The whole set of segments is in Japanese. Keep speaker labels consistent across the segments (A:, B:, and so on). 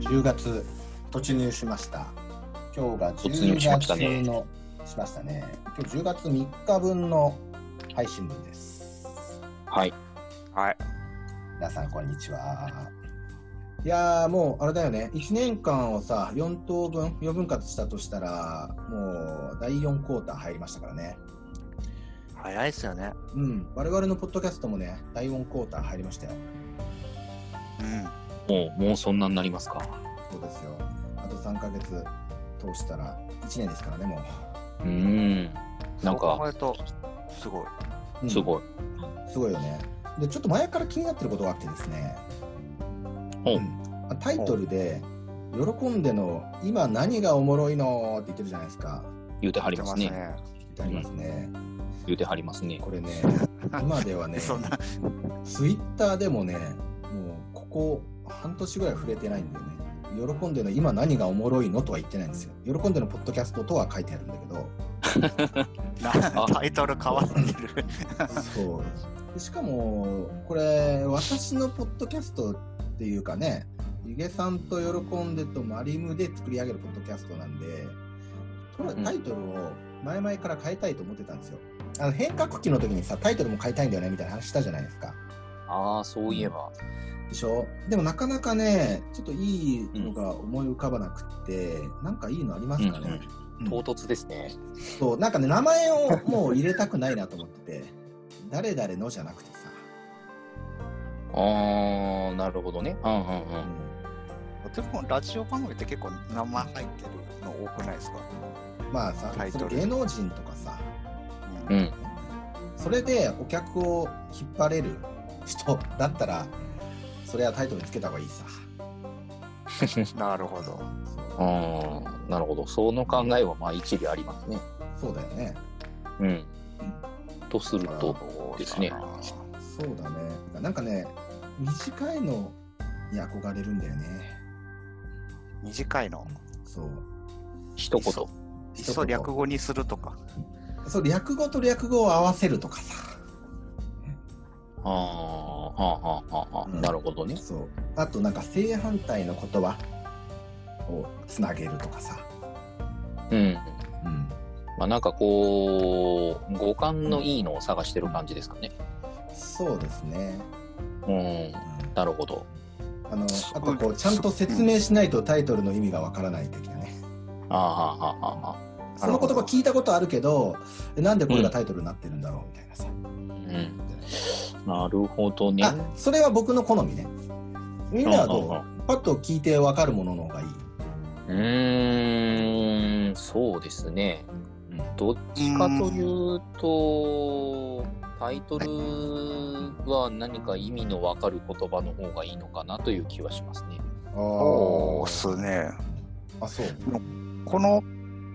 A: 10月突入しました。今日が
B: 突入し
A: 10
B: ましたね
A: 月のしましたね。今日10月3日分の配信分です。
B: はい。
C: はい。
A: 皆さんこんにちは。いやーもうあれだよね。1年間をさ4等分4分割したとしたらもう第4クォーター入りましたからね。
C: 早いっすよね。
A: うん。我々のポッドキャストもね第4クォーター入りましたよ。
C: うん。
B: もう、もうそんなになりますか。
A: そうですよ。あと3ヶ月通したら1年ですからねも
B: うーん。なん
C: そう考
B: か、
C: えると、すごい。
A: う。うん
B: すごい。
A: すごいよね。で、ちょっと前から気になってることがあってですね。
B: ほう
A: うんタイトルで、喜んでの、今何がおもろいのって言ってるじゃないですか。
B: 言うてはりますね。
C: 言ってま
A: ってありますね。
B: 言うてはりますね。
A: これね、今ではね、
C: そんな、
A: ツイッターでもね、もうここ半年ぐらい触れてないんだよね。喜んでの今何がおもろいのとは言ってないんですよ。喜んでのポッドキャストとは書いてあるんだけど、
C: なタイトル変わってる。
A: そうでしかもこれ私のポッドキャストっていうかねゆげさんと喜んでとマリムで作り上げるポッドキャストなんでこれ
B: うん
A: タイトルを前々から変えたいと思ってたんですよあの変革期の時にさタイトルも変えたいんだよねみたいな話したじゃないですか
B: ああ、そういえば。
A: でしょでもなかなかねちょっといいのが思い浮かばなくって、なんかいいのありますかね、うん
B: 唐突ですね。
A: そうなんかね名前をもう入れたくないなと思ってて誰々のじゃなくてさ
B: ああ、なるほどね。うんうんうん。
C: でも、ラジオ番組って結構名前入ってるの多くないですか
A: まあさ
C: タイト
A: その
C: ル
A: 芸能人とかさ
C: う。
B: うんん。
A: それでお客を引っ張れる人だったらそれはタイトルつけた方がいいさ
C: なるほど。
B: ああ、なるほど。その考えは、まあ、一理ありますね。
A: そうだよね
B: うん。とすると、
C: う
B: ですね
A: そうだねなんかね短いのに憧れるんだよね
C: 短いの。
A: そう
B: 一
C: い
B: 言
C: っ。そいっそ略語にするとか。
A: そう略語と略語を合わせるとかさ
B: ああ、ああ、ああ、ああ、
A: うん
B: なるほどね。
A: そうあとなんか正反対の言葉をつなげるとかさ
B: うん。
A: うん
B: まあ、なんかこう、五感のいいのを探してる感じですかね。
A: そうですね、
B: うん。
A: うん
B: なるほど。
A: あのあとこうちゃんと説明しないとタイトルの意味がわからない的なね
B: ああ、ああ、ああ。
A: その言葉聞いたことあるけど、えなんでこれがタイトルになってるんだろうみたいなさ。
B: うん、なるほどね。
A: あ、それは僕の好みね。みんなはど
B: うんうん
A: うパッと聞いてわかるものの方がいい。
B: うーん、そうですね。どっちかというと、タイトルは何か意味のわかる言葉の方がいいのかなという気はしますね。
C: おー、
A: あ
C: すね。
A: ーあ、そう。
C: この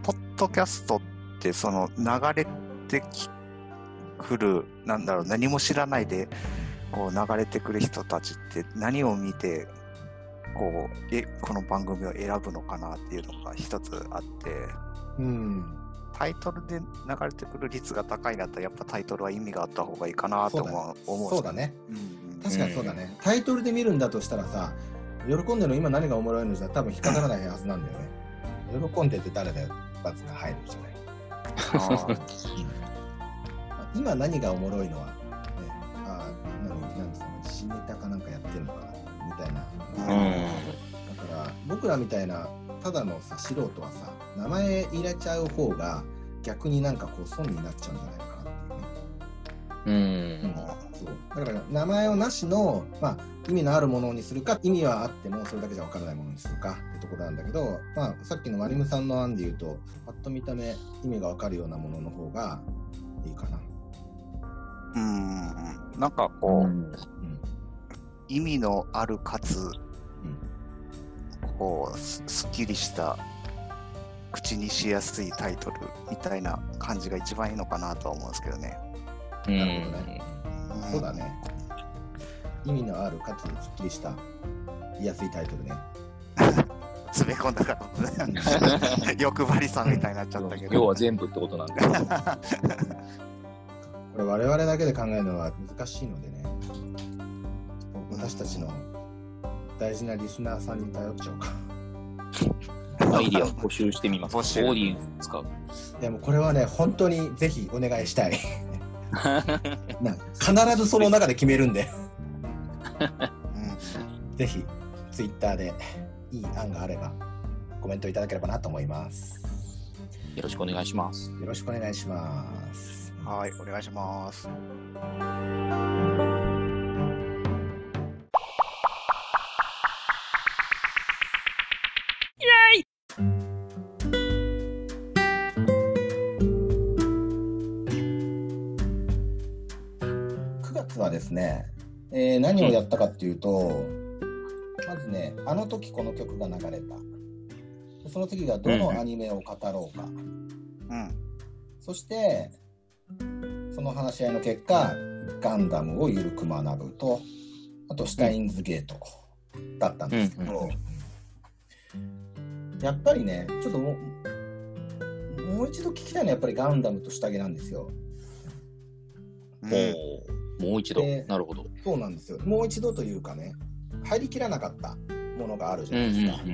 C: ポッドキャストってその流れてきくるなんだろう何も知らないでこう流れてくる人たちって何を見てこうえこの番組を選ぶのかなっていうのが一つあって
A: うん。
C: タイトルで流れてくる率が高いんだったらやっぱタイトルは意味があった方がいいかなと思う思うんで
A: そ
C: す
A: うだ
C: よね。
A: ね。
C: うんうん
A: 確かにそうだね。タイトルで見るんだとしたらさ、喜んでの今何がおもろいのじゃ多分引っかからないはずなんだよね。喜んでって誰だよ、バツが入るじゃない。
C: あー
A: まあ今何がおもろいのは、ね、あーなんなんですかね、新ネタかなんかやってるのかなみたいな。
C: う
A: だから僕らみたいなただのさ素人はさ名前入れちゃう方が逆になんかこう損になっちゃうんじゃないかなって
B: うん。
A: いうね、そうだから名前をなしの、まあ、意味のあるものにするか意味はあってもそれだけじゃわからないものにするかってところなんだけど、まあ、さっきのマリムさんの案で言うとパッと見た目意味がわかるようなものの方がいいかな。
C: うんなんか
B: う
C: こう、
A: う
B: ん
A: ん
C: 意味のあるかつ
A: うん
C: こうすすっきりした口にしやすいタイトルみたいな感じが一番いいのかなとは思うんですけどね。
B: う
A: なるほどね
B: ん。
C: ん
A: そうだね。意味のあるかつすっきりした言いやすいタイトルね。
C: 詰め込んだから、 欲張りさんみたいになっちゃったけど。
B: 要は全部ってことなんで。
A: これ我々だけで考えるのは難しいのでね私たちの大事なリスナーさんに頼っちゃおうか
B: アイディアを募集してみます。
C: 募集
B: オーディエンスを使う。
A: いやもうこれはね、本当にぜひお願いしたい。な必ずその中で決めるんで、ぜひツイッターでいい案があればコメントいただければなと思います。
B: よろしくお願いします。
A: よろしくお願いします。
C: うんはい、お願いします。
A: 9月はですね、えー何をやったかっていうと、まずね、あの時この曲が流れた。でその次がどのアニメを語ろうか。
C: うん。
A: そして、その話し合いの結果、ガンダムをゆるく学ぶと、あと、シュタインズゲートだったんですけど、やっぱりね、ちょっともう、もう一度聞きたいのはやっぱりガンダムと下着なんですよ。
C: う
B: お
C: ん
B: ーもう一度
A: で。
B: なるほど。
A: そうなんですよ。もう一度というかね、入りきらなかったものがあるじ
B: う
A: ゃ
B: んう
A: なんいですか。
B: うん。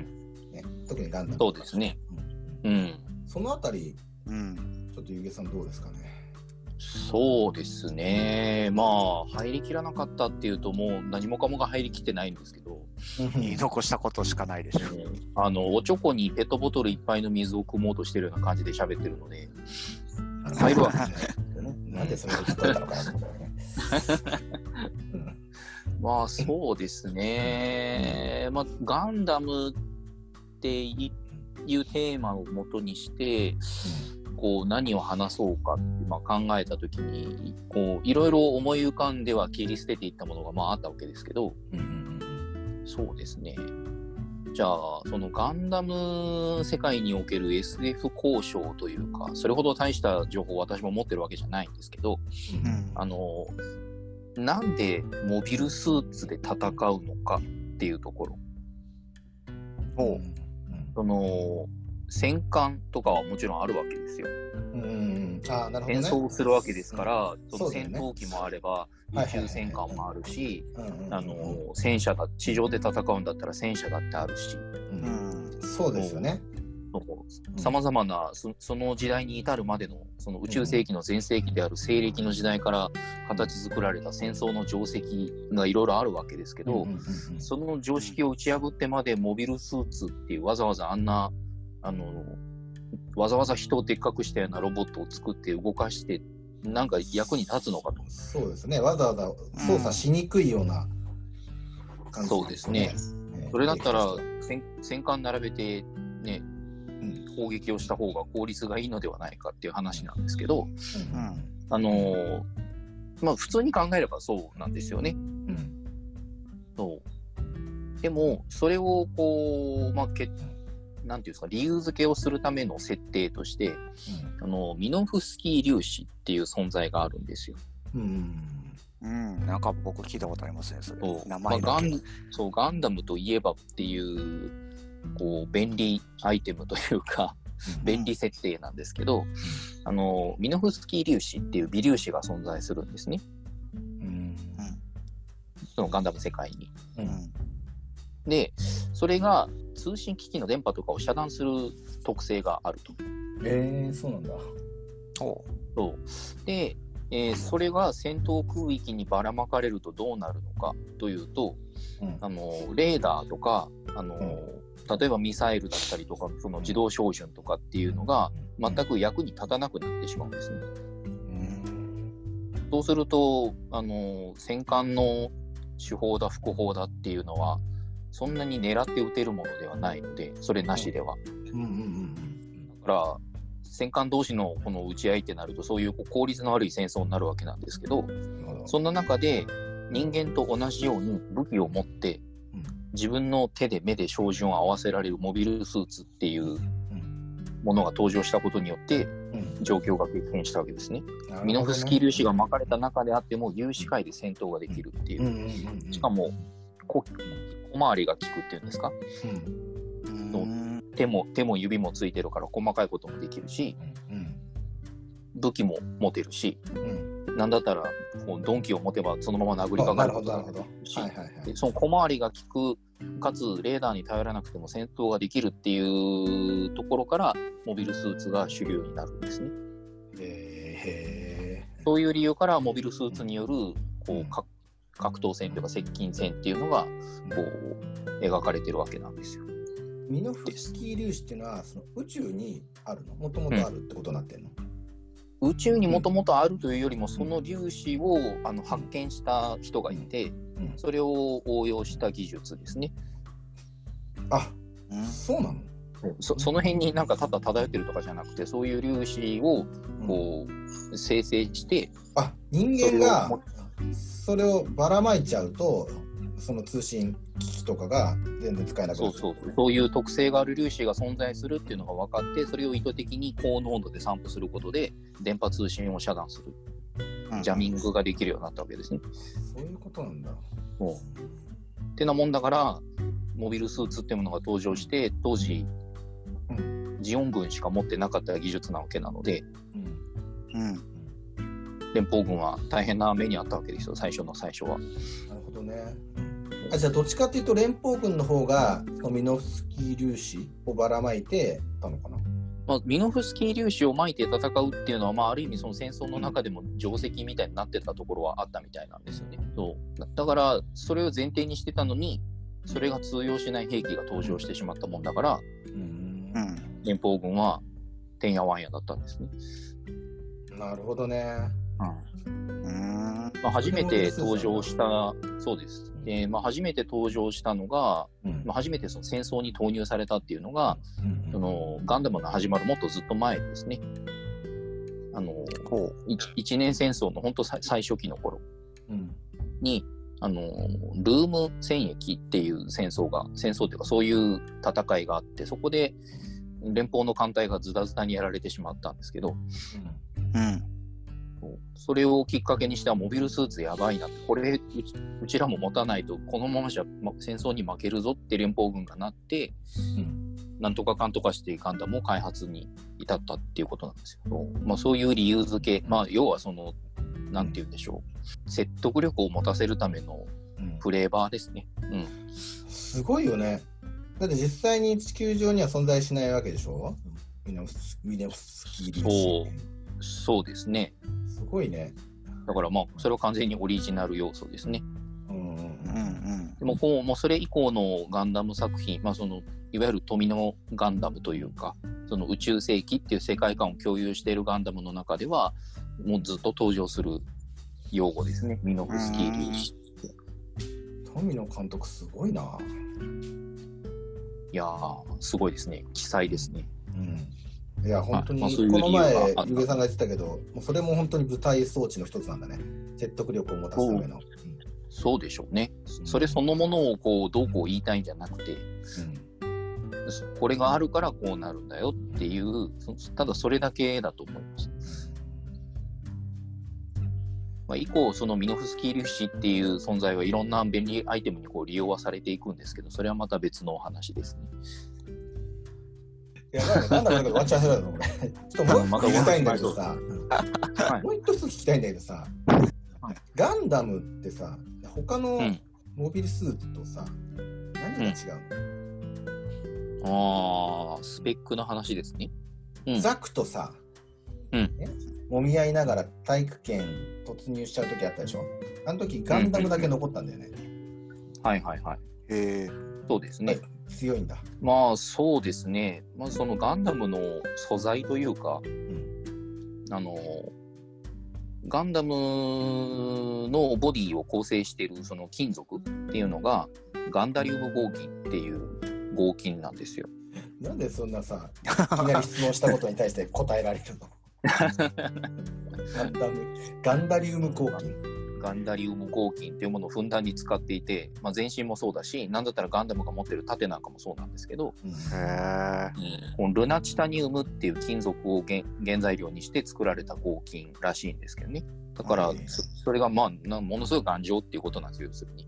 A: ね、特にガンダム。
B: そうですね。うん。
A: そのあたり、
C: うん。
A: ちょっとゆげさんどうですかね。
B: そうですね。まあ、入りきらなかったっていうと、もう何もかもが入りきってないんですけど、
C: 言い残したことしかないでしょ。
B: あの、おちょこにペットボトルいっぱいの水を汲もうとしてるような感じで喋ってるので、
A: あの
B: 入るわけ
A: ないですよねなんでそれを例えたのかなと思ったよね。うん
B: まあ、そうですね。まあ、ガンダムっていうテーマをもとにして、こう何を話そうかって、まあ、考えた時にこういろいろ思い浮かんでは切り捨てていったものがまああったわけですけど
A: うんうんうん
B: そうですねじゃあそのガンダム世界における SF 交渉というかそれほど大した情報を私も持ってるわけじゃないんですけど
C: うん。
B: あのなんでモビルスーツで戦うのかっていうところ
C: おう
B: その戦艦とかはもちろんあるわけですよ
A: うんうんうん、ああ、なるほど、
B: 戦
A: ね。
B: 争するわけですから、そ
A: そ
B: の
A: うだよ
B: 戦
A: ね
B: 闘機もあれば、
A: はいはい
B: 宇宙戦艦もあるし、
A: うんうんうん
B: あの戦車だ地上で戦うんだったら戦車だってあるし、
A: うん
C: うん。
A: そうですよね。ん
B: さまざまなそその時代に至るまでのその宇宙世紀の前世紀である西暦の時代から形作られた戦争の定石がいろいろあるわけですけど、
A: うんうんうん
B: その常識を打ち破ってまでモビルスーツっていうわざわざあんなあのわざわざ人をでっかくしたようなロボットを作って動かしてなんか役に立つのかと
A: そうですね。わざわざ操作しにくいような感じ、
B: そうですね。
A: ええ
B: それだったら戦戦艦並べてね
A: ん
B: 攻撃をした方が効率がいいのではないかっていう話なんですけど
A: う
B: あのーまあ普通に考えればそうなんですよね。
A: んうん
B: そうでもそれをこうまあけなんていうんですか理由付けをするための設定としてあのミノフスキー粒子っていう存在があるんですよ。
A: うんうん
C: うん。なんか僕聞いたことありますね、それ
B: そ。う
C: 名
B: まあ、
C: 前
B: ガ
C: だけ。
B: ンそうガンダムといえばっていうこう便利アイテムというか便利設定なんですけど、あのミノフスキー粒子っていう微粒子が存在するんですね
A: うん
B: そのガンダム世界に。
A: う
C: うん
A: ん
B: でそれが通信機器の電波とかを遮断する特性があると。
A: えー、そうなんだ。
C: おう
B: そうで、えーそれが戦闘空域にばらまかれるとどうなるのかというと、
A: うん
B: あのレーダーとかあの、例えばミサイルだったりとかその自動照準とかっていうのが全く役に立たなくなってしまうんですね。
A: うん
B: そうするとあの戦艦の手法だ副砲だっていうのはそんなに狙って撃てるものではないのでそれなしでは。
A: うんうんうん
B: だから戦艦同士のこの撃ち合いってなるとそういうこう効率の悪い戦争になるわけなんですけど
A: うん。なるほど
B: そんな中で人間と同じように武器を持って
A: うん
B: 自分の手で目で照準を合わせられるモビルスーツっていうものが登場したことによって
A: うん
B: 状況が激変したわけですね。
A: なるほどね
B: ミノフスキー粒子が巻かれた中であっても有視界で戦闘ができるっていうう。
A: んうんうんうん
B: しかもこ小回りが効くっていうんですか
A: うん
C: うん
B: そう手も手も指もついてるから細かいこともできるし
A: うん
B: 武器も持てるし
A: うん
B: なんだったらこう鈍器を持てばそのまま殴り
A: あ
B: か
A: な
B: かる
A: る
B: こ
A: ほ
B: と
A: どな
B: が
A: るほ
B: で
A: ど。
B: きるし
A: はいはいはい
B: で。その小回りが利くかつレーダーに頼らなくても戦闘ができるっていうところからモビルスーツが主流になるんですね。
A: え
B: そういう理由からモビルスーツによるこ
A: うん
B: うか格闘戦というか接近戦っていうのがこう描かれてるわけなんですよ。
A: ー、ミノフスキー粒子っていうのはその宇宙にあるのもともとあるってことになってんの、
B: 宇宙にもともとあるというよりもその粒子をあの発見した人がいて
A: うん
B: それを応用した技術ですね。
A: あ
C: うん
A: そうなの
B: そその辺になんかただ漂ってるとかじゃなくてそういう粒子
A: う
B: を
A: ん
B: こう生成して
A: あ人間
C: それ
A: が
C: を
A: それをばらまいちゃうとその通信機器とかが全然使えなくなる
B: そうそうそういう特性がある粒子が存在するっていうのが分かってそれを意図的に高濃度で散布することで電波通信を遮断する
C: うん
B: ジャミングができるようになったわけですね。
A: そういうことなんだ
B: ってなもんだからモビルスーツっていうものが登場して当時
A: う
B: ジオン軍しか持ってなかった技術なわけなので
A: うん
C: うん
B: 連邦軍は大変な目にあったわけですよ最初の最初は。
A: なるほどねあじゃあどっちかっていうと連邦軍の方がそのミノフスキー粒子をばらまいてたのかな
B: まあ、ミノフスキー粒子をまいて戦うっていうのは、まあ、ある意味その戦争の中でも定石みたいになってたところはあったみたいなんですよね。そうだだからそれを前提にしてたのにそれが通用しない兵器が登場してしまったもんだから
A: うん
C: うん
B: 連邦軍はてんやわんやだったんですね。
A: なるほどね
C: うん
B: まあ、初めて登場したそうです、でまあ、初めて登場したのが、
A: うん
B: まあ、初めてその戦争に投入されたっていうのが
A: うん
B: そのガンダムの始まるもっとずっと前ですね。あの
C: こ
B: 一一年戦争の本当最最初期の頃
A: うん
B: にあのルーム戦役っていう戦争が戦争っていうかそういう戦いがあってそこで連邦の艦隊がズタズタにやられてしまったんですけど
C: ううん
B: それをきっかけにしてはモビルスーツやばいなってこれうちうちらも持たないとこのままじゃま戦争に負けるぞって連邦軍がなって
A: うん
B: なんとかかんとかしてガンダムを開発に至ったっていうことなんですよ。まあ、そういう理由付け、まあ、要はそのなんて言うんでしょう説得力を持たせるための
A: うん
B: フレーバーですね。うん、
A: すごいよねだって実際に地球上には存在しないわけでしょミノフスミノフスキー粒子って
B: そうですね。
A: すごいね
B: だからまあ、それは完全にオリジナル要素ですね。
A: うんうんうん
C: うんうん
B: でもこう、もうそれ以降のガンダム作品、まあその、いわゆる富のガンダムというか、その宇宙世紀っていう世界観を共有しているガンダムの中では、もうずっと登場する用語ですね。ミノフスキー粒子。
A: 富野監督すごいな、
B: いやー、すごいですね。奇才ですね。
A: うん、いや本当に、
B: まあそういう
A: この
B: 理由
A: 前
B: はあった
A: ゆうべさんが言ってたけどもうそれも本当に舞台装置の一つなんだね説得力を持たすための、
B: そうでしょうね。それそのものをこう、どうこう言いたいんじゃなくて、
A: うん
B: これがあるからこうなるんだよっていう、そただそれだけだと思います。まあ、以降、そのミノフスキー粒子っていう存在はいろんな便利アイテムにこう利用はされていくんですけど、それはまた別のお話ですね。
A: いやなんかなんだかんだ終わっちゃいそうだなこれちょっともう一
B: ま
A: 個
B: た
A: 聞きたいんだけどさ、
B: はい
A: もう一つ聞きたいんだけどさ、
B: はい
A: ガンダムってさ他の
B: うん
A: モビルスーツとさ、何が違うの、
B: ああ、スペックの話ですね。うん
A: ザクとさ、
B: うん
A: ね揉み合いながら体育圏突入しちゃう時あったでしょあの時ガンダムだけ残ったんだよね、
B: はいはいはい。
C: へえ
B: そうですね。
A: 強いんだ、
B: まあそうですね。まあそのガンダムの素材というか、
A: うん
B: あの、ガンダムのボディを構成しているその金属っていうのが、ガンダリウム合金っていう合金なんですよ。
A: なんでそんなさ、いきなり質問したことに対して答えられるのガンダム、ガンダリウム合金。
B: ガンダリウム合金っていうものをふんだんに使っていて、まあ、全身もそうだし、なんだったらガンダムが持ってる盾なんかもそうなんですけど、
C: へえ
B: このルナチタニウムっていう金属を原原材料にして作られた合金らしいんですけどね。だから、
A: はい
B: そそれが、まあ、なものすごい頑丈っていうことなんですよ、要するに。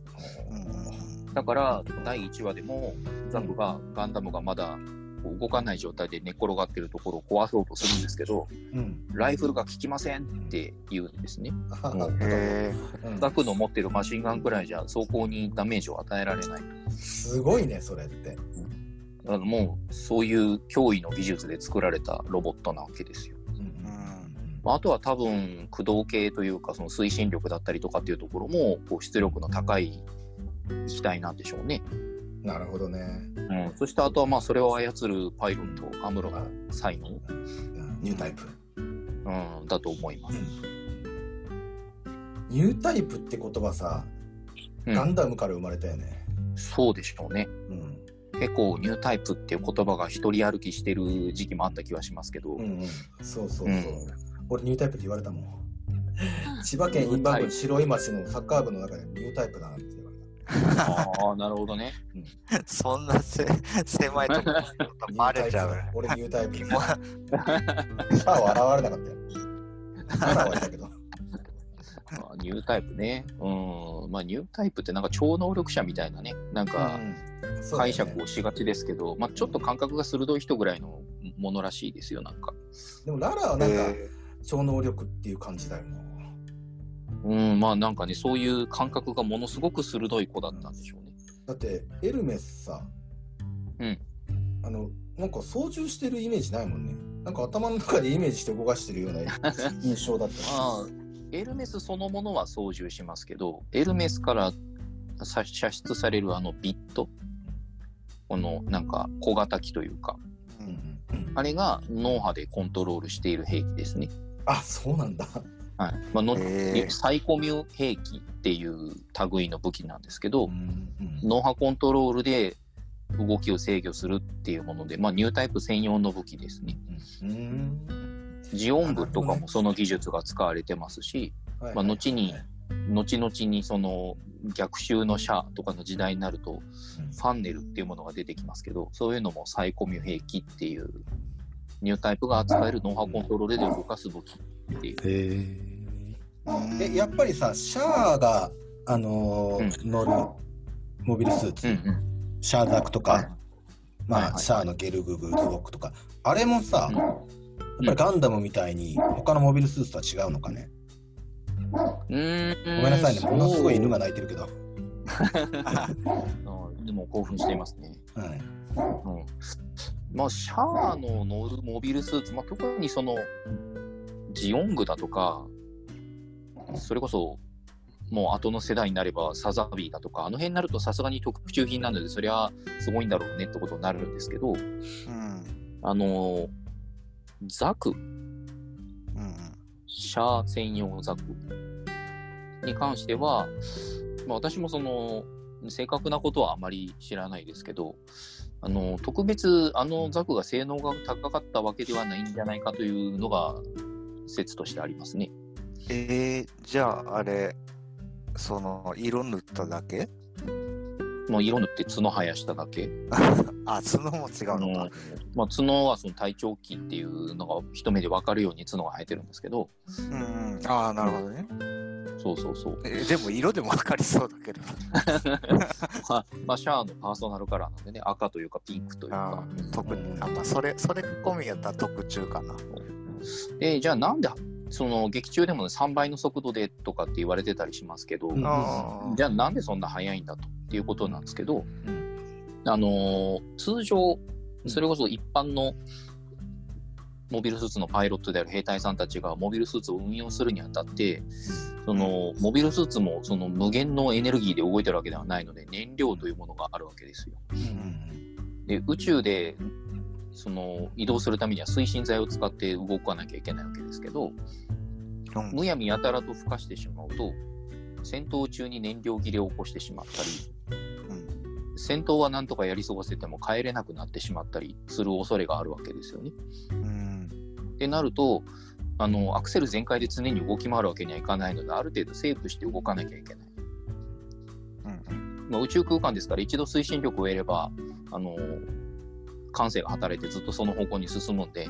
C: うんうん
B: だから、第1話でも、ザクがガンダムがまだこう動かない状態で寝転がってるところを壊そうとするんですけど、
A: うん。
B: ライフルが効きませんって言うんですね。
A: あは
B: もう
A: は
C: へ
A: うん
B: ザクの持ってるマシンガンくらいじゃ走行にダメージを与えられない。
A: すごいね、それって。
B: あのもうそういう脅威の技術で作られたロボットなわけですよ。
A: う
C: え。うんん。
B: まああとは多分駆動系というかその推進力だったりとかっていうところもこう出力の高い機体なんでしょうね。
A: なるほどね。
B: うん、そしてあとはまあそれを操るパイロットアムロの才能、
A: うんニュータイプ。
B: うん、だと思います。
A: ニュータイプって言葉さ、
B: うん
A: ガンダムから生まれたよね。
B: そうでしょうね。
A: うん。
B: 結構ニュータイプっていう言葉が一人歩きしてる時期もあった気はしますけど、
A: うんうん。そうそうそう。
B: うん
A: 俺、ニュータイプって言われたもん。千葉県印旛郡白井町のサッカー部の中でニュータイプだなって言われた。
B: ああなるほどね。
C: そんなせ狭いところバレちゃう。
A: 俺ニュータイプ。
C: キ
A: 俺
C: モ
A: ニュータイ プ。歯は現れなかったよ。歯はいたけど。
B: まあニュータイプね。うん。まあニュータイプってなんか超能力者みたいなね、なんか
A: うんそうだよね
B: 解釈をしがちですけど、まあちょっと感覚が鋭い人ぐらいのものらしいですよ、なんか。
A: でもララはなんか超能力っていう感じだよね。
B: うん、まあなんかね、そういう感覚がものすごく鋭い子だったんでしょうね。
A: だってエルメスさ、
B: うん
A: あのなんか操縦してるイメージないもんね。なんか頭の中でイメージして動かしてる ような印象だった。
B: まあ、エルメスそのものは操縦しますけど、エルメスからさ射出されるあのビット、このなんか小型機というか、
A: うんうん、
B: あれが脳波でコントロールしている兵器ですね。
A: あそうなんだ。
B: はい。まあ、の
C: えー
B: サイコミュ兵器っていう類の武器なんですけど、
A: んうん
B: 脳波コントロールで動きを制御するっていうもので、まあ、ニュータイプ専用の武器ですね。
A: うん
B: ジオン部とかもその技術が使われてますし、
A: はい
B: まあ後に後々にその逆襲のシャアとかの時代になると、ファンネルっていうものが出てきますけど、そういうのもサイコミュ兵器っていう、ニュータイプが扱える脳波コントロールで動かす武器っていう。
A: うんえやっぱりさシャアがあのー乗るモビルスーツ、
B: うんうん。
A: シャアザクとか、
B: はい
A: まあ、
B: はいはい
A: シャアのゲルググズボックとかあれもさ、
B: うん
A: やっぱりガンダムみたいに他のモビルスーツとは違うのかね。
B: う
A: ご
B: ーん
A: めんなさいね、ものすごい犬
B: が。
A: が泣いてるけど。
B: そうでも興奮していますね。
A: はい。
B: うんまあ、シャアの乗るモビルスーツ、まあ、特にそのジオングだとか、それこそもう後の世代になればサザビーだとか、あの辺になるとさすがに特注品なので、そりゃすごいんだろうねってことになるんですけど、
C: うん。
B: あのザク、
C: うん。
B: シャア専用ザクに関しては、まあ、私もその正確なことはあまり知らないですけどあの特別あのザクが性能が高かったわけではないんじゃないかというのが説としてありますね。
C: えー、じゃああれ、その色塗っただけ
B: もう色塗って角生やしただけ。
C: あ、角も違
B: あ
C: うの
B: の
C: か。
B: まあ、角はその体長期っていうのが一目で分かるように角が生えてるんですけど、
C: うんうん。ああ、なるほどね。
B: そうそう そう。
C: えでも色でも分かりそうだけど。
B: まあ、まあ、シャアのパーソナルカラーなんでね、赤というかピンクという
C: あ
B: か。
C: ー特に、あまあ、それ、それ込みやったら特注かな。
B: でじゃあなんでその劇中でも、ね、3倍の速度でとかって言われてたりしますけど、
A: うん
C: あー
B: じゃあなんでそんな速いんだとっていうことなんですけど、
A: うん
B: あのー通常
A: うん
B: それこそ一般のモビルスーツのパイロットである兵隊さんたちがモビルスーツを運用するにあたってそのモビルスーツもその無限のエネルギーで動いてるわけではないので燃料というものがあるわけですよ。
A: うん
B: で宇宙でその移動するためには推進剤を使って動かなきゃいけないわけですけど、
C: うん
B: むやみやたらと孵化してしまうと戦闘中に燃料切れを起こしてしまったり
C: うん
B: 戦闘はなんとかやり過ごせても帰れなくなってしまったりする恐れがあるわけですよね。
C: うん
B: ってなるとあのアクセル全開で常に動き回るわけにはいかないのである程度セーブして動かなきゃいけない。
C: うん
B: まあ、宇宙空間ですから一度推進力を得ればあの感性が働いてずっとその方向に進むんで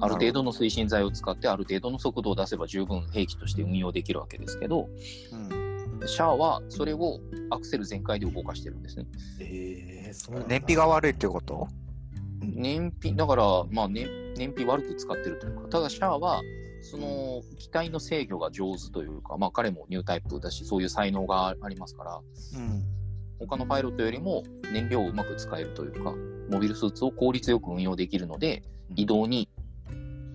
B: ある程度の推進剤を使ってある程度の速度を出せば十分兵器として運用できるわけですけど、
C: うん
B: シャアはそれをアクセル全開で動かしてるんですね。
A: えー、そうなんだ
C: 燃費が悪いっていうこと
B: 燃費、だから、まあ燃、燃費悪く使ってるというか、ただシャアは、その機体の制御が上手というか、まあ、彼もニュータイプだし、そういう才能がありますから、
C: うん
B: 他のパイロットよりも燃料をうまく使えるというか、モビルスーツを効率よく運用できるので、移動に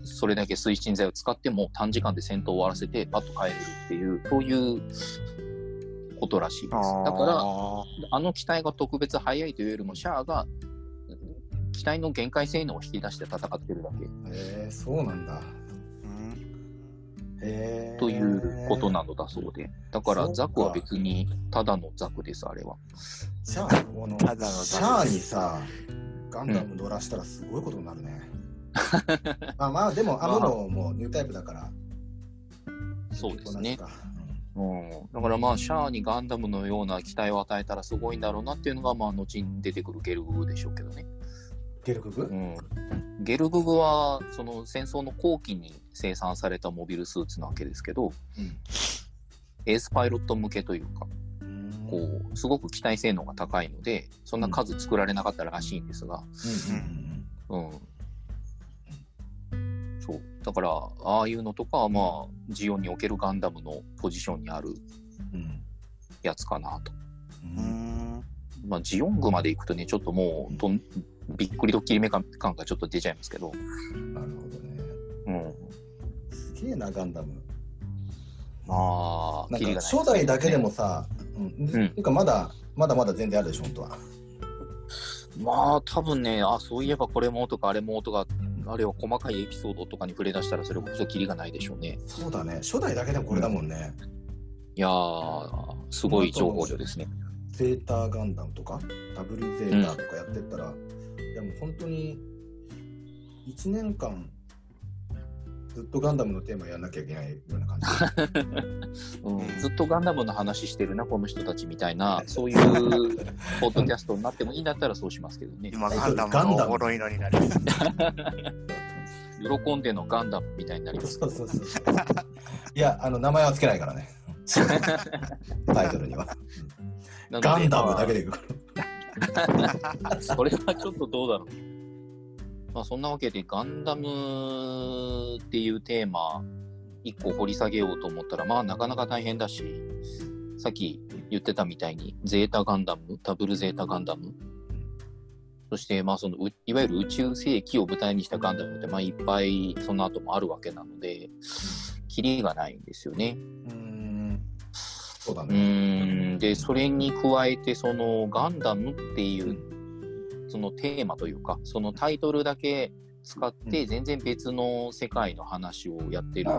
B: それだけ推進剤を使っても短時間で戦闘を終わらせて、パッと帰れるっていう、そういうことらしいです。だから、
C: あ
B: あの機体が特別速いというよりも、シャアがうん機体の限界性能を引き出して戦ってるだけ
A: えー、そうなんだ。
C: ーうん
A: えー、
B: ということなのだそうで、だから
A: そうか
B: ザクは別にただのザクです、あれは。
A: シャアこの
C: ただのダメです
A: シャアにさ、ガンダム乗らしたらすごいことになるね。まあまあ、でも、アムロもニュータイプだから、
B: そうですね。
A: 同じか
B: うん、だからまあ、シャアにガンダムのような機体を与えたらすごいんだろうなっていうのが、まあ、後に出てくるゲルググでしょうけどね。
A: ゲルクグ、
B: うん、ゲルググはその戦争の後期に生産されたモビルスーツなわけですけど、
A: うん
B: エースパイロット向けというか
A: うん
B: こうすごく機体性能が高いのでそんな数作られなかったらしいんですが、
A: うんうん
B: うん、そうだからああいうのとかはまあジオンにおけるガンダムのポジションにある
A: うん
B: やつかなと。
A: うん
C: う
A: うん
C: ん
B: まあ、ジオングまで行くとね、ちょっともうどん、びっくりドッキリ目感感がちょっと出ちゃいますけど、
A: なるほどね。
B: うん、
A: すげえな、ガンダム。
B: まあ、
A: なんか
B: キリがないですね
A: 初代だけでもさ、うん、
B: うん
A: っていうかまだ、まだまだ全然あるでしょ、本当は。
B: まあ多分ね、あそういえばこれもとかあれもとか、あるいは細かいエピソードとかに触れ出したらそれこそキリがないでしょうね。
A: そうだね、初代だけでもこれだもんね。
B: いやー、すごい情報量ですね。
A: ゼータガンダムとか、ダブルゼータとかやってったら、いやもう本当に1年間ずっとガンダムのテーマやんなきゃいけないような 感じ。
B: うん、ずっとガンダムの話してるな、この人たちみたいな、そういうポッドキャストになってもいいんだったらそうしますけどね。
C: 今ガンダムのおもろいのになる
B: 喜んでのガンダムみたいになります
A: そうそうそうそう。いや、あの名前はつけないから ね、タイトルには。ガンダムだけ
B: で。
A: でいくから。
B: それはちょっとどうだろう。まあそんなわけで、ガンダムっていうテーマ、一個掘り下げようと思ったら、まあなかなか大変だし、さっき言ってたみたいに、ゼータガンダム、ダブルゼータガンダム、そして、まあその、ういわゆる宇宙世紀を舞台にしたガンダムって、まあいっぱいその後もあるわけなので、キリがないんですよね。
A: うーん、そうだ
B: う
A: ね。
B: ーんでそれに加えてそのガンダムっていうそのテーマというかそのタイトルだけ使っ
A: う
B: て全然別の世界の話をやってる
A: う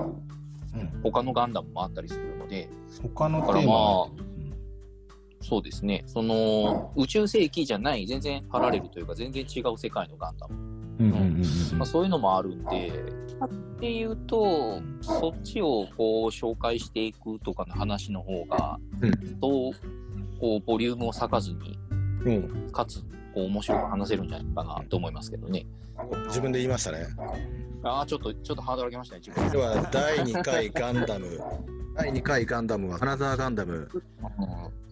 A: ん、
B: 他のガンダムもあったりするので
A: 他の
B: だ
A: テ
B: から
A: ーマは
B: まあそうですねその宇宙世紀じゃない全然パラレルというか全然違う世界のガンダム、
A: うんうんうんうん
B: まあ、そういうのもあるんであっていうとそっちをこう紹介していくとかの話の方が
A: う
B: とこうボリュームを割かずに
A: うん、
B: かつ、こう、面白く話せるんじゃないかなと思いますけどね。
D: 自分で言いましたね。
B: ああ、ちょっと、ちょっとハードル上げましたね、自分
D: では、第2回ガンダム。第2回ガンダムは、アナザーガンダム。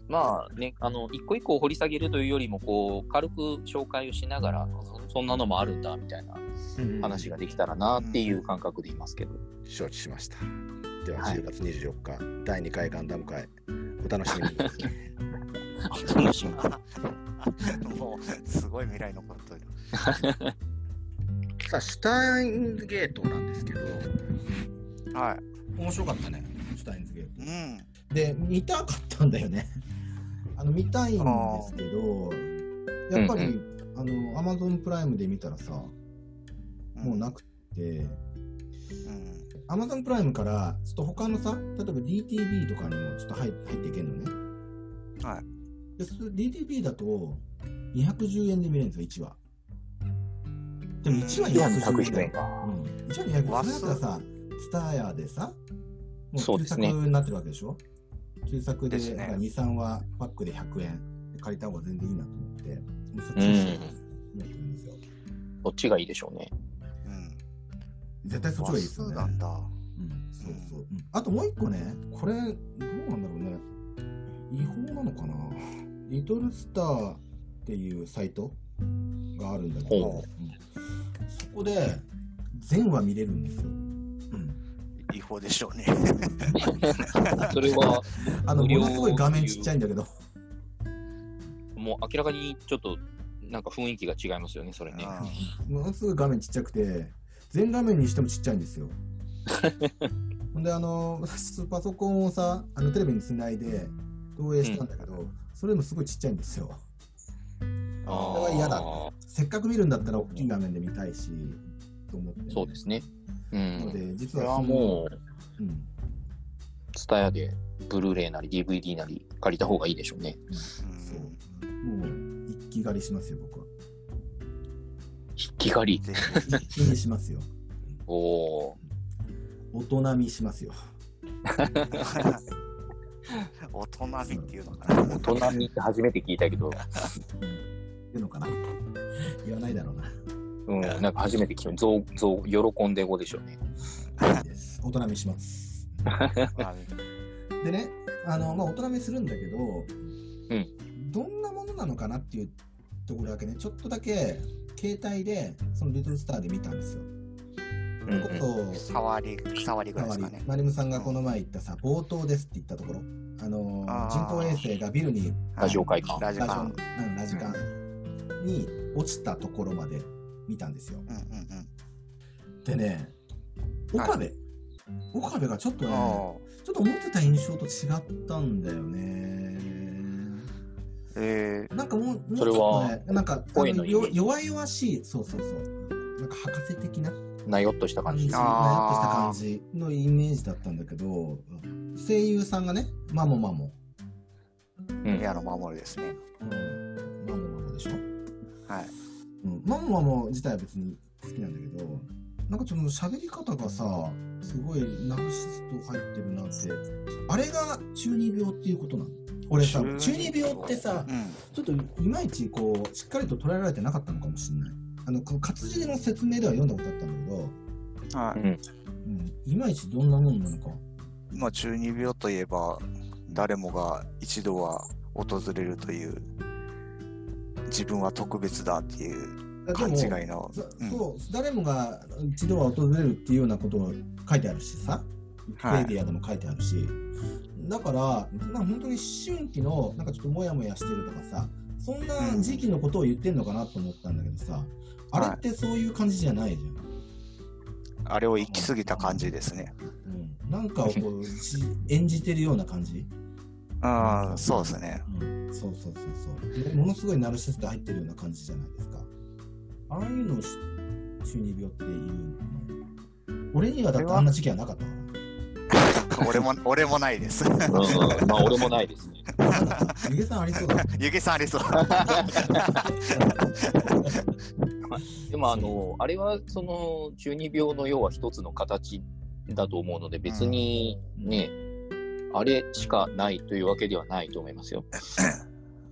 B: まあね、あの、一個一個掘り下げるというよりも、こう、軽く紹介をしながら、そそんなのもあるんだ、みたいな話ができたらなっていう感覚でいますけど。
D: 承知しました。では、
B: はい
D: 10月24日、第2回ガンダム会、お楽しみ に。
B: 楽しみ
C: もうすごい未来のことよ
D: さあ、シュタインゲートなんですけど、
C: は
A: 面白かったね、シュタインズゲート
C: いうん
A: で見たかったんだよねあの見たいんですけどやっぱり、
B: うん
A: あのアマゾンプライムで見たらさもうなくて
C: うん
A: アマゾンプライムからちょっと他のさ例えば DTV とかにもちょっと入入っていけるのね
C: はい
A: でそれ DTV だと210円で見れるんですよ1話でも1話210円だよ
B: か。
A: うん、一応200
C: 和
A: それ
C: 数
A: だったらさ、ツタヤでさ、も
B: そうう
A: 旧
B: です
A: 作
B: ね
A: になってるわけでしょ旧作で
C: ですね
A: なんか2、3はパックで100円で借りた方が全然いいなと思って、もうそっち
B: う
A: に
B: ん
A: し。やってるんですよ。
B: どっちがいいでしょうね。
C: うん
A: 絶対そっちがいいですよね。
C: 話数なんだ
A: うん、そうそう、うんあともう一個ね、これ、どうなんだろうね。違法なのかなリトルスターっていうサイトがあるんだけど、
B: ほ
A: そこで全話見れるんですよ。うん
C: 違法でしょうね。
B: それは、
A: あの
B: 無料
A: ものすごい画面ちっちゃいんだけど、
B: もう明らかにちょっと、なんか雰囲気が違いますよね、それね。
C: あ
A: ものすごい画面ちっちゃくて、全画面にしてもちっちゃいんです よ。ほんで、あの、私、パソコンをさ、あのテレビにつないで投影したんだけど、それもすごいちっちゃいんですよ。
B: あ
A: それは嫌だ。
B: ー
A: せっかく見るんだったら大きい画面で見たいし、と思って、。
B: そうですすね。う
A: の
B: ん。
A: で、実
B: それ
A: はそ
B: は
A: の
B: もう、
A: うん、
B: ツタヤで、ブルーレイなり DVD なり借りた方がいいでしょうね。
C: ーう
A: そ
C: ん
A: う。もう、一気狩りしますよ、僕は。
B: 筆記狩り。
C: ぜ
A: 一気にします よ。
B: おお
A: 大人見しますよ。
C: ひ大人びっていうのかな。
B: ー。大人にって初めて聞いたけど、
A: っていうのかな。言わないだろう な。
B: うん、なんか初めて聞いた。ぞうぞう喜んで語でしょうね。
A: いいです大人見します。
C: まあ
A: でね、あのまあ、大人見するんだけど、どんなものなのかなっていうところだけね、ちょっとだけ携帯で、そのリトルスターで見たんですよ。
B: うん
A: と
B: う
A: いうんこと
C: 触り、触りぐらいですかね。
A: マリムさんがこの前言ったさ、冒頭ですって言ったところ、あの
C: あー
A: 人工衛星がビルに、
B: ラジオ会館
C: ラジ
A: ラ
C: オ
A: ジ
C: 館
A: オうんラジカンに落ちたところまで見たんですよ。
C: うんうんうん。
A: でね、岡部、岡部がちょっとね、
C: ああ。
A: ちょっと思ってた印象と違ったんだよね。
C: え
A: なんかもう、もう
B: それは
A: ちょっとねなんか
B: 声の
A: あ
B: イメージ
A: よ弱々しい、そうそうそう、なんか博士的な
B: なよっとした感
A: 感
B: じ。
A: じ、なやっとした感
C: あー
A: じのイメージだったんだけど、声優さんがね、マモマモ、
B: う
C: ー、
B: ん
C: 宮野真守ですね。
A: うん、マモマモでしょ。
C: はい。
A: うん、マモマモ自体は別に好きなんだけど、なんかちょっと喋り方がさ、すごいナルシスト入ってるなって、あれが中二病っていうことなの俺さ、中
C: 中
A: 二
C: 二
A: 病ってさ
C: う、ん。
A: ちょっといまいちこうしっかりと捉えられてなかったのかもしれない。あのこの活字の説明では読んだことあったんだけど、
C: は
B: う
C: い。
B: ん。
A: うん、いまいちどんなもんなのか。
C: まあ、中二病といえば、誰もが一度は訪れるという、自分は特別だっていう
A: あ
C: 勘
A: でも
C: 違いの。
A: そ
C: うん
A: そう、誰もが一度は訪れるっていうようなことを書いてあるしさ、ウィキ
C: はい
A: ペディアでも書いてあるし、だから、なんか本当に思春期のなんかちょっとモヤモヤしてるとかさ、そんな時期のことを言ってんのかなと思ったんだけどさ、あれってそういう感じじゃないじゃん。
C: あれを行き過ぎた感じですね。
A: うん、なんかをこ うし演じてるような感じ。
C: うん、そうですね。
A: うんそうそうそうそう。でものすごいナルシスト入ってるような感じじゃないですか。ああいうのをし中二病っていうのかな俺にはだってあんな時期はなかったから
C: 俺も、俺もないです。
B: うん、まあ、俺もないです ね。
A: ゆげさんありそうだもん。
C: ゆげさんあ りそう。
B: でも、あの、あれは、その、中二病の要は一つの形だと思うので、別にね、あれしかないというわけではないと思いますよ。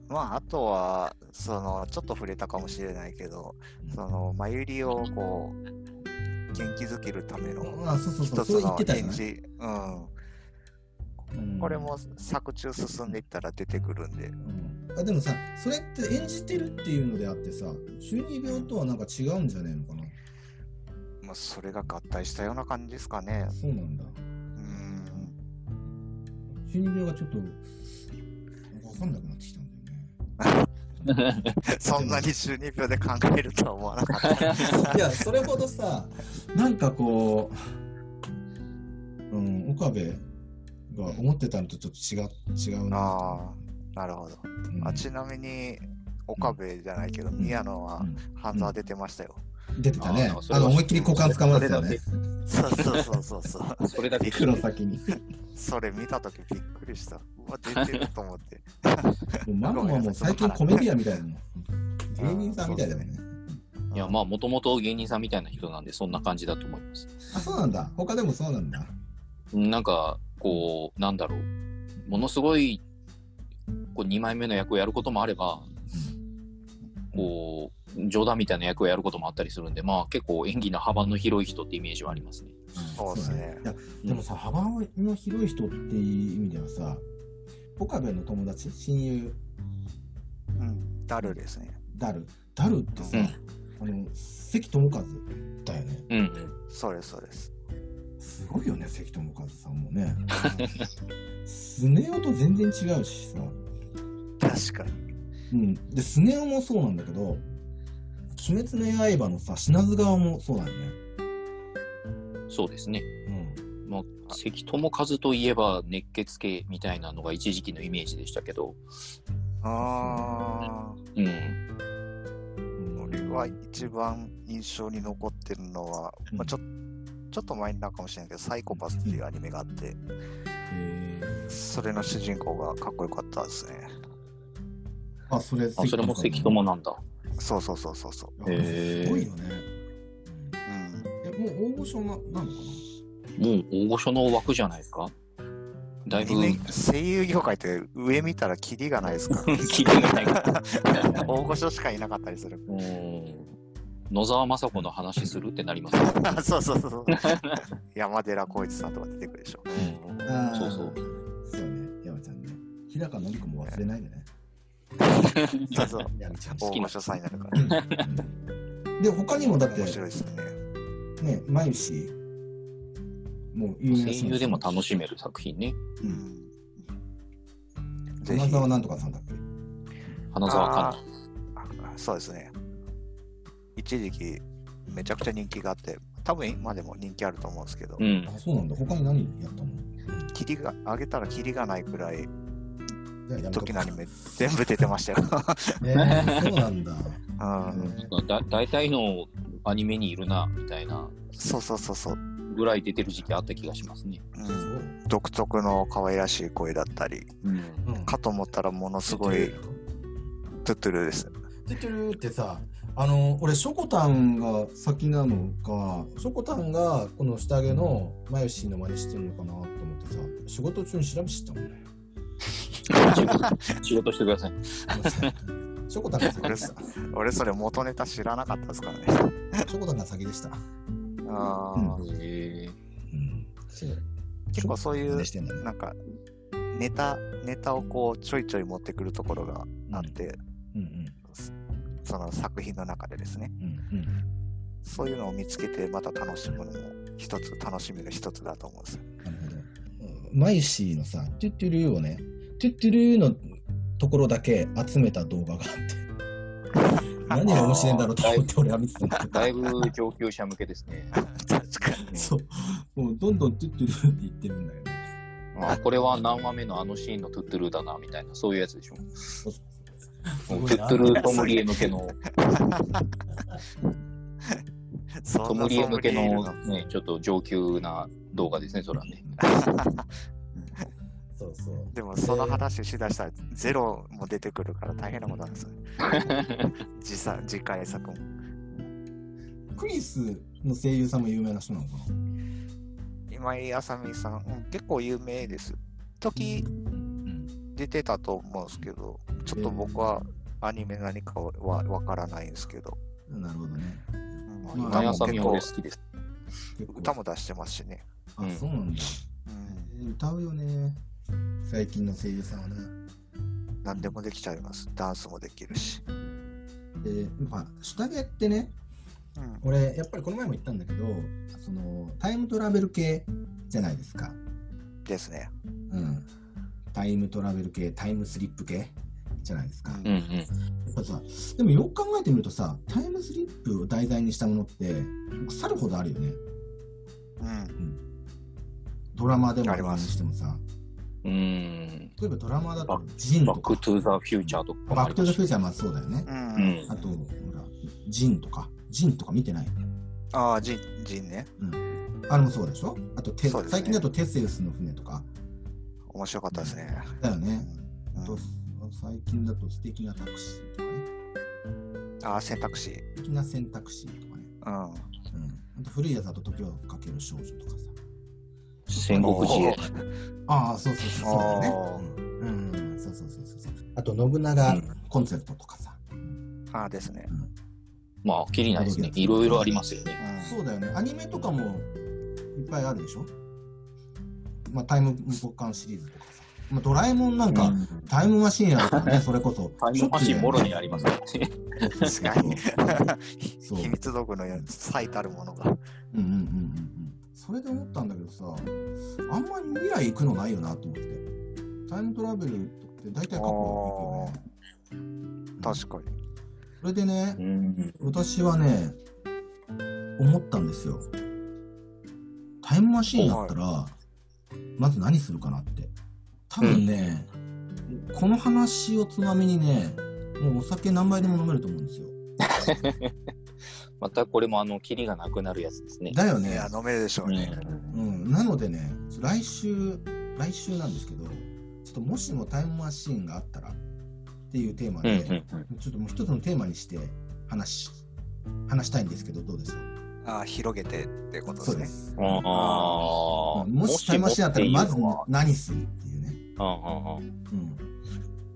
C: まあ、あとは、その、ちょっと触れたかもしれないけど、その、まゆりをこう、元気づけるための
A: あそうそうそう、
C: 一
A: そ
C: つ
A: れ言っ
C: の
A: てたよ
C: 演
A: ね。
C: じ、うん。
A: うん
C: これ、も作中進んでいったら出てくるんで
A: う、んあ。でもさ、それって演じてるっていうのであってさ、中二病とはなんか違うんじゃねえのかな。
C: まあ、それが合体したような感じですかね。
A: そうなんだ。
C: うん。
A: 中二病がちょっと、なんか分かんなくなってきたんだよね。
C: そんなに中二病で考えるとは思わなかった。
A: いや、それほどさ、なんかこう、うん、岡部が思ってたのとちょっと違う、違うな。
C: ああ、なるほど。
A: うん
C: あちなみに、岡部じゃないけど、
A: ん
C: 宮野は
A: うん
C: 半沢出てましたよ。
A: 出てたね
B: あ。そ
A: あ
B: れ
A: の、
B: は
A: 思いっきり股間掴まれてたよね。
C: そうそうそうそうそう。
B: それだけ。
A: 黒先に。
C: それ見たときびっくりした。うわ、出てると思 って。
A: もうママはもう最近コメディアンみたいなの。芸人さんみたいだよね。
B: いや、まあ、もともと芸人さんみたいな人なんで、そんな感じだと思います。
A: あ、そうなんだ。他でもそうなんだ。
B: なんか、こう、なんだろう。ものすごい、こう、2枚目の役をやることもあれば、こう、冗談みたいな役をやることもあったりするんで、まあ、結構演技の幅の広い人ってイメージはありますね。
C: そうですね
A: いやでもさ、幅の広い人っていう意味ではさ、岡部の友達、親友、
C: うん、ダルですね。
A: ダル。ダルってさ、あの関智一だよね。
B: うん
C: そうです、そうです。
A: すごいよね、関智一さんもね。スネ夫と全然違うしさ。
C: 確かに。
A: うん、で、スネ夫もそうなんだけど、鬼滅の刃のさ、品津川もそうだよね。
B: うん、そうですね。
A: うん。
B: もう関智一といえば熱血系みたいなのが一時期のイメージでしたけど、
C: ああ、
B: うん、
C: これは一番印象に残ってるのは、まあ、ちょちょっと前になるかもしれないけど、サイコパスっていうアニメがあって、
A: へー
C: それの主人公がかっこよかったですね。
A: あ、それ、
B: あそれも関
A: も
B: 智なんだ。
C: そうそうそうそうそう。
A: あ
B: へー
A: すごいよね。
C: うん、
A: え、もう大御所ななのか
B: もう大御所の枠じゃないですか。だいぶ、
C: アニメ声優業界って上見たらキリがないですから
B: キリがな いか
C: 大御所しかいなかったりする。
B: うん野沢雅子の話するってなりますね。
C: そうそうそうそう。 山寺宏一さんとか出てくるでしょ。
A: な
B: そうそう。
A: そうよね、山ちゃんね。日高のり子も忘れないでね。
C: そうそう。
A: 山ちゃん。
C: 大御所さんになるから。
A: うんで、他にもだって、
C: 面白いですね。
A: ね、毎日、もう有名な
B: 声
A: 人
B: 優でも楽しめる作品ね。
A: う。
C: うんんぜひ
A: 金。沢なんとかさんだっけ
B: 花澤香菜。
C: あそうですね。一時期、めちゃくちゃ人気があって、多分今でも人気あると思うんですけど、
B: うん。
A: あ、そうなんだ。他に何やったの
C: キリが、上げたらキリがないくらい、
A: じゃあやめとこ
C: 時のアニメ全部出てまし たよ。
A: えーそうなんだ。
C: うん、
B: だ大体のアニメにいるな、みたいな
C: そうそうそうそう。
B: ぐらい出てる時期あった気がしますね。
A: え
C: うん、
A: ー
C: 独特の可愛らしい声だったり、
B: うん。
A: そう
C: かと思ったらものすごい。トゥットゥルです。
A: てってるってさあの俺しょこたんが先なのかしょこたんがこの下着のマヨシーの真似してるのかなと思ってさ仕事中に調べしてたもんね
B: 仕事して ください。
A: しょこたんが先でしたし
C: 俺それ元ネタ知らなかったですからね。
A: ょこたんが先でした、
C: あ
A: うん
C: ー
B: へ
A: うん、
C: 結構そういう
A: 真似してんだね
C: なんかネタネタをこうちょいちょい持ってくるところがあって、
A: うんうん
C: その作品の中でですね
A: うん
C: そういうのを見つけてまた楽しむのも一つ楽しみの一つだと思うんですよ
A: うんなるほどうんマヨシーのさトゥットゥルーをねトゥットゥルーのところだけ集めた動画があって 何が面白いんだろうと思って俺は見てたんだけ
B: ー
A: ど
B: だいぶ上級者向けですね。
C: 確かに
A: そう。もうどんどんトゥットゥルーって言ってるんだよね。
B: あこれは何話目のあのシーンのトゥットゥルーだな、みたいな、そういうやつでしょ。
A: す
B: ト
A: ご
B: ゥ
A: いな
B: ットゥルーソムリエ向けの、
C: そん
B: ソ
C: な
B: ムリエ向け
C: ソムリエいる
B: の、ね、ちょっと上級な動画ですね、それはね。
A: そうそう。
C: でもその話しだしたらゼロも出てくるから大変なことなんですよ、ね、 次さ次回作も
A: クリスの声優さんも有名な人なのかな
C: 今井あさみさん、うん結構有名です時
A: うん。
C: 出てたと思うんですけどちょっと僕はアニメ何かはわからないんですけど、
A: なるほどね。
C: うん
A: まあ
B: 今やさみは俺
C: 結
B: 好きです。
A: 結
C: 構歌も出してますしね、
A: あ、そうなんだ。え
C: うん、
A: ー歌うよね。最近の声優さんはね。
C: 何でもできちゃいますダンスもできるし、
A: で、やっぱ、下着ってね、
C: うん
A: 俺、やっぱりこの前も言ったんだけど、その、タイムトラベル系じゃないですか。
C: ですね、
A: うん。タイムトラベル系、タイムスリップ系じゃないですか。
B: うんうん。
A: やっぱさでもよく考えてみるとさタイムスリップを題材にしたものって腐るほどあるよね
C: うん
A: ドラマでも
C: あります
A: にしてもさ
B: うーん。
A: 例えばドラマだと
B: バ
A: ジン
B: バ
A: と
B: ック
A: か
B: トゥザフューチャーとかも
A: バ
B: あ
A: ック・
B: り
A: トゥ・
B: ま
A: ザ・
B: し
A: フューチャーまあそうだよね、
C: うん
B: た。うん
A: あとほらジンとかジンとか見てない
C: ああジンジンね
A: あれもそうでしょあとテ、
C: そうですね
A: 最近だとテセウスの船とか
C: 面白かったですね、
A: だよね、
C: うん
A: あと最近だと素敵なタクシーとかね
C: ああ選択肢、
A: 素敵な選択肢とかね、
C: うん、
A: うん、あと古谷さんと時をかける少女とかさ
B: 戦国時
C: お
B: 代。
C: ー
A: ああ、そうそうそうそうだねう
C: あ。
A: ん、うんそうそうそうそうそう。あと信長
B: うん
A: コンセプトとかさ、
C: ああですね、
B: まあ、きりないですね。いろいろありますよね。
C: うん、
A: そうだよね。アニメとかもいっぱいあるでしょ。まあタイムボカンシリーズとかさ。まあ、ドラえもんなんか、タイムマシンやからね、それこそ。
B: タイムマシンもろにありますね。
C: 確かに。
A: そう
C: 秘密道具の最たるものが。
A: うんうんうんうんうん。それで思ったんだけどさ、あんまり未来行くのないよなと思って。タイムトラベルって大体過去行くよね。
C: 確かに。
A: それでね
B: う、ん
A: 私はね、思ったんですよ。タイムマシーンだったら、まず何するかなって。多分ね、この話をつまみにね、もうお酒何杯でも飲めると思うんですよ。
B: またこれもあの、キリがなくなるやつですね。
A: だよ
C: い
A: ね
C: や、。飲めるでしょうね。
A: うん、なのでね、来週、来週なんですけど、ちょっともしもタイムマシーンがあったらっていうテーマ
B: うん
A: で、
B: うん
A: ちょっともう一つのテーマにして話し、話したいんですけど、どうですか
C: あ広げてってことで
A: そ
C: す
A: うで
C: ね。
A: す。
B: うん。ああ。
A: もしタイムマシーンあったら、まず何するっていうね。
B: うんうんうん。
A: うん。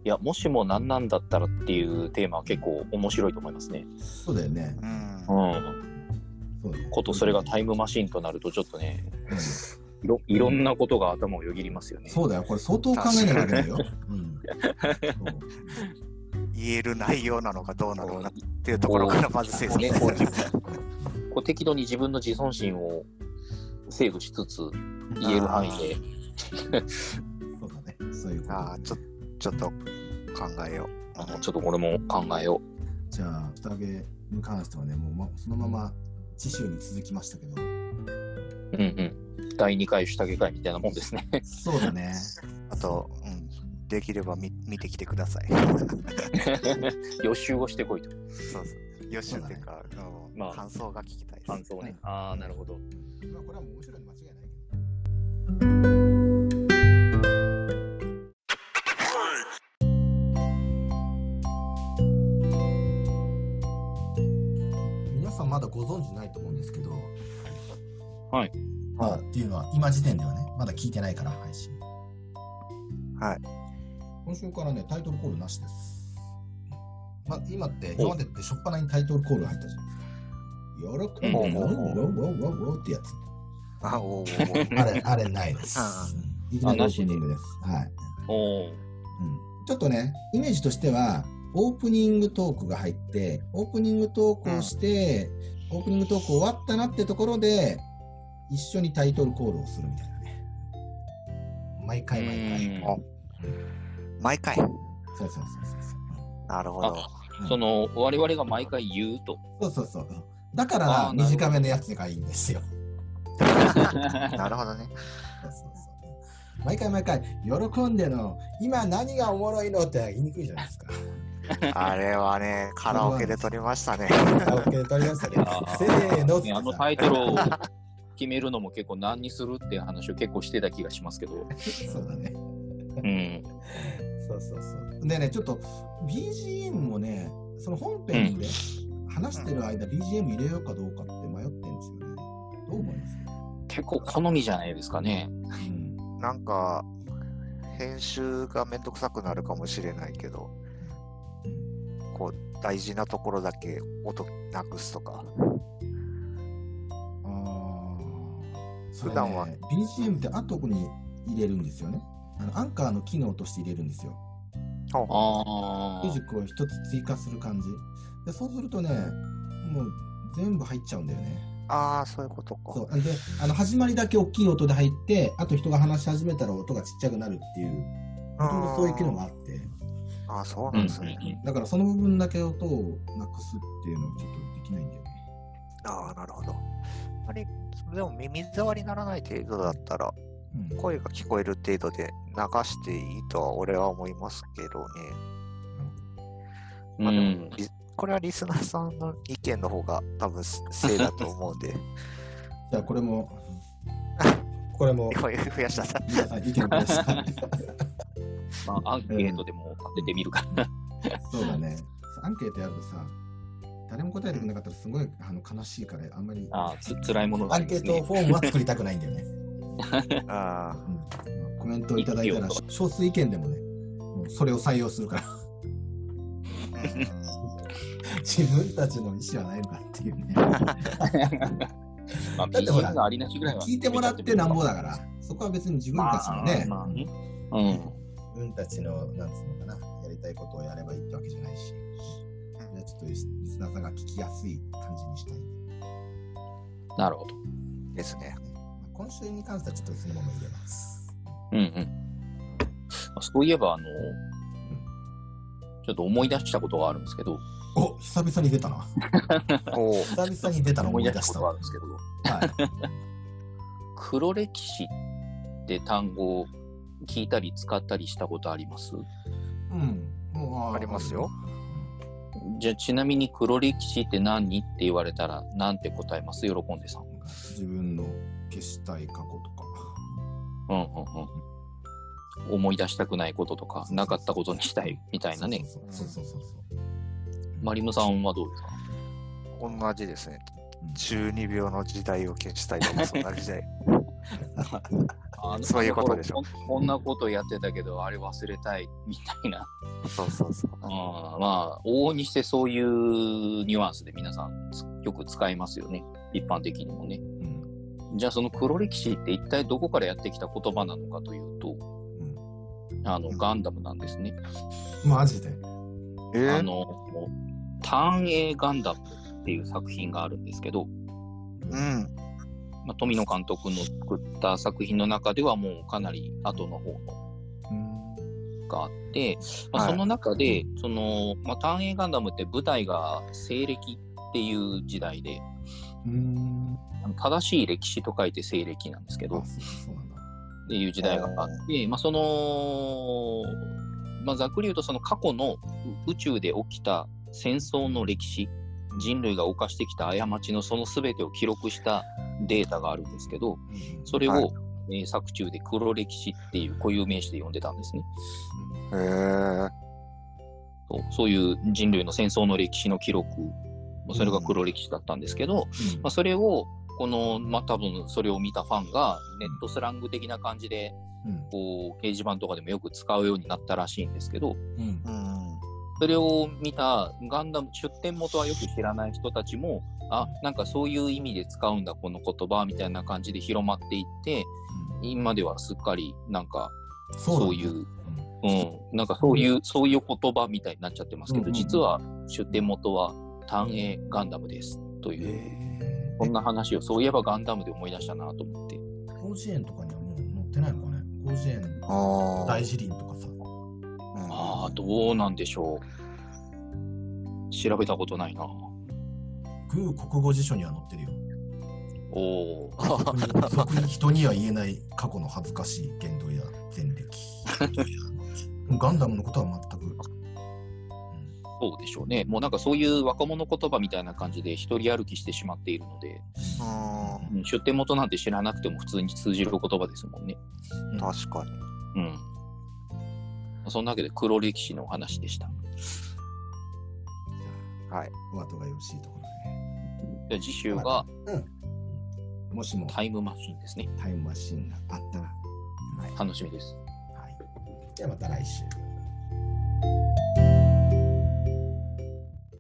B: いや、もしもなんなんだったらっていうテーマは結構面白いと思いますね。
A: そうだよね。
C: うん
B: う。ん。
A: そうだよね
B: ことそれがタイムマシンとなるとちょっとね、
A: うん
B: いろいろんなことが頭をよぎりますよね。
A: そうだよ。これ相当考えなきゃいけないよ。うん。そう
C: 言える内容なのかどうなのかっていうところからまず制作
B: ねこうこう適度に自分の 自尊心をセーブしつつ言える範囲で。
A: そうだね。そういうこと
C: ああ、ちょちょっと考えよ
B: あのちょっとこれも考えよ
A: じゃあ、蓋上げに関してはね、もう、ま、そのまま次週に続きましたけど、
B: う。うんうん。第2回下着会みたいなもんですね。
A: そうだね。
C: う。あと、うん、できれば見見てきてください。
B: 予習をしてこいと。
C: そうそう。予習っていうか、あの
B: まあ
C: 感想が聞きたいです。
B: 感想ね。ああ、なるほど。
A: まあこれはもう面白いに間違いないけど。皆さんまだご存知ないと思うんですけど、
B: はい。
A: まあ、っていうのは、今時点ではね、まだ聞いてないから、配信。
C: はい。
A: 今週からね、タイトルコールなしです。まあ、今って、今までって初っ端にタイトルコール入ったじゃないですか。喜ぶ、
B: うん
A: ワンワンワンワンワンってやつ。
C: あおーおーおー
A: あれ、あれないです
C: あ。
A: いきなりオープニングです。はい。
B: おお。
A: うんちょっとね、イメージとしては、オープニングトークが入って、オープニングトークをして、オープニングトーク終わったなってところで、一緒にタイトルコールをするみたいなね。毎回毎回。
C: あ 毎回。
A: そうそうそうそうそ
C: なるほど。
A: うん
B: その、我々が毎回言うと。
A: う。そうそうそう。だか
B: あ
A: ら、
B: ーなるほど
A: 短めのやつがいいんですよ。
C: なるほどね。
A: そうそうそう毎回毎回、喜んでの、今何がおもろいのって言いにくいじゃないですか。
C: あれはね、カラオケで撮りましたね。
A: カラオケで撮りましたね
B: あ。
A: せーのっつって
B: ねあの
A: さ
B: タイトルを決めるのも結構何にするっていう話を結構してた気がしますけど。
A: そうだね。
B: うん。
A: そうそうそう。でね、ちょっと BGM もね、その本編で話してる間、BGM 入れようかどうかって迷ってるんですよね。どう思います
B: 結構好みじゃないですかね。
A: うん
C: なんか、編集がめんどくさくなるかもしれないけど、こう、大事なところだけ音なくすとか。
A: あーそれね
C: 普段は
A: BGM って後に入れるんですよね。あのアンカーの機能として入れるんですよ。
B: あ
A: ミュージックを一つ追加する感じ。でそうするとね、もう全部入っちゃうんだよね。
C: ああ、そういうことか。
A: そうであの始まりだけ大きい音で入って、あと人が話し始めたら音がちっちゃくなるっていう、ほとんどそういう機能があって。
C: ああ、そう
B: あ。う
C: なん
B: ん
C: ですね。
A: だからその部分だけ音をなくすっていうのはちょっとできないんだよね。
C: ああ、なるほど。あれ、でも耳障りならない程度だったら、
A: うん、
C: 声が聞こえる程度で流していいとは俺は思いますけどね。
B: うんうん
C: リこれはリスナーさんの意見の方が多分す正だと思うん で、
A: じゃあこれも、これも、
C: こういう増やしたさ。
A: 皆さん意見ください。
B: まあ、アンケートでも当ててみるか。
A: そうだね。アンケートやるとさ、誰も答えてくれなかったらすごいあの悲しいから、あんまり。
B: ああ、つ辛いものが
A: ア
B: あ
A: ン
B: り
A: ケ
B: ます
A: ート
B: ね。
A: フォームは作りたくないんだよね。
C: あー
A: うんコメントをいただいたら
B: いいよ、
A: 少数意見でもね、もうそれを採用する から、自分たちの意思はないのかっていうね。
B: まあ、
A: だってほら
B: BGM がありなしぐらいは。
A: 聞いてもらってなんぼだから、そこは別に自分たちのね、
B: まあまあね。うん。
A: 分たちの、なんつうのかな、やりたいことをやればいいってわけじゃないし、
C: うん
A: じゃあちょっとリスリスナーさんが聞きやすい感じにしたいんで。
B: なるほど。
C: ですね。
A: まあ今週に関してはちょっとそのまま入れます。
B: うんうん。あそういえば、あの、ちょっと思い出したことがあるんですけど、
A: お久々に出たな。
C: おお。
A: 久々に出たの思い出し
B: こ
A: た
B: とがあ
A: わ。
B: るんです
A: は
B: けど、
A: い。
B: 黒歴史って単語を聞いたり使ったりしたことあります
A: うん。もう
C: ありますよ。
B: じゃあちなみに黒歴史って何って言われたらなんて答えます喜んでさん。
A: 自分の消したい過去とか。
B: うんうんうん。思い出したくないこととか、なかったことにしたいみたいなね。
A: そうそうそうそうそうそう。
B: マリムさんはどうですか
C: 同じですね
A: うん。
C: 12秒の時代を消したいとか、そんな時 代。
B: あの
C: そういうことでしょ
B: あの頃こんこんなことやってたけど、あれ忘れたいみたいな。
C: そうそうそう。
B: あーまあ、往々にしてそういうニュアンスで皆さんつよく使いますよね。一般的にもね。
A: うん。
B: じゃあその黒歴史って一体どこからやってきた言葉なのかというと、あの、
C: うん
B: ガンダムなんですね。
A: マジで。
C: え
B: あ
C: ー、
B: の、単影ガンダムっていう作品があるんですけど、
C: うん。
B: まあ、富野監督の作った作品の中ではもうかなり後の方の
A: うん。
B: があって、まあ、
C: はい
B: その中で、その、まあ、単影ガンダムって舞台が西暦っていう時代で、
A: うん。
B: あの正しい歴史と書いて西暦なんですけど
A: あ、、そうなんだ。
B: っていう時代があって、まあ、その、まあ、ざっくり言うとその過去の宇宙で起きた戦争の歴史人類が犯してきた過ちのその全てを記録したデータがあるんですけど
A: うん
B: それを、
C: は
B: えー作中で黒歴史っていう固有名詞で呼んでたんですね
C: えー、
B: そうそういう人類の戦争の歴史の記録まあそれが黒歴史だったんですけど、まあ、それをこの、まあ、多分それを見たファンがネットスラング的な感じで
A: うん。
B: こう掲示板とかでもよく使うようになったらしいんですけど
A: うん。
C: うん。
B: それを見たガンダム出典元はよく知らない人たちもあなんかそういう意味で使うんだこの言葉みたいな感じで広まっていって今ではすっかりなんかそういう
A: う
B: う、
A: ん。
B: ん、なんかそういうそういう言葉みたいになっちゃってますけど、
A: うんうんうん
B: 実は出典元は単影ガンダムですという、
A: え
B: こんな話をそういえばガンダムで思い出したなと思って
A: ー、広辞苑とかにはもう載ってないのかね広辞苑
C: ああ
A: 大。辞林とかさ
B: ああどうなんでしょう調べたことないな
A: グー国語辞書には載ってるよ
B: おおー
A: 俗に俗に人には言えない過去の恥ずかしい言動や前歴ガンダムのことは全く、うん
B: そうでしょうね。もうなんかそういう若者言葉みたいな感じで一人歩きしてしまっているので、
C: う
B: うん出典元なんて知らなくても普通に通じる言葉ですもんね。
C: ん。確かに。
B: うん。そんなわけで黒歴史のお話でした。
C: はい。
A: お後がよろしいところでね
B: じゃあ次週が
A: もしも
B: タイムマシンですね。
A: タイムマシンがあったら、
B: 楽しみです。
A: はい、ではまた来週